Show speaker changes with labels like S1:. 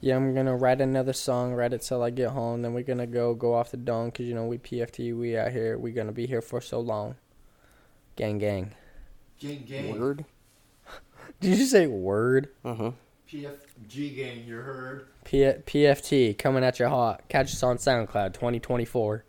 S1: yeah, I'm gonna write another song, write it till I get home. Then we're gonna go go off the dome, cause you know we PFT, we out here, we gonna be here for so long. Gang gang.
S2: Gang gang.
S3: Word.
S1: Did you say word?
S3: Uh-huh.
S2: PFG gang, you heard.
S1: P- PFT coming at your hot. Catch us on SoundCloud 2024.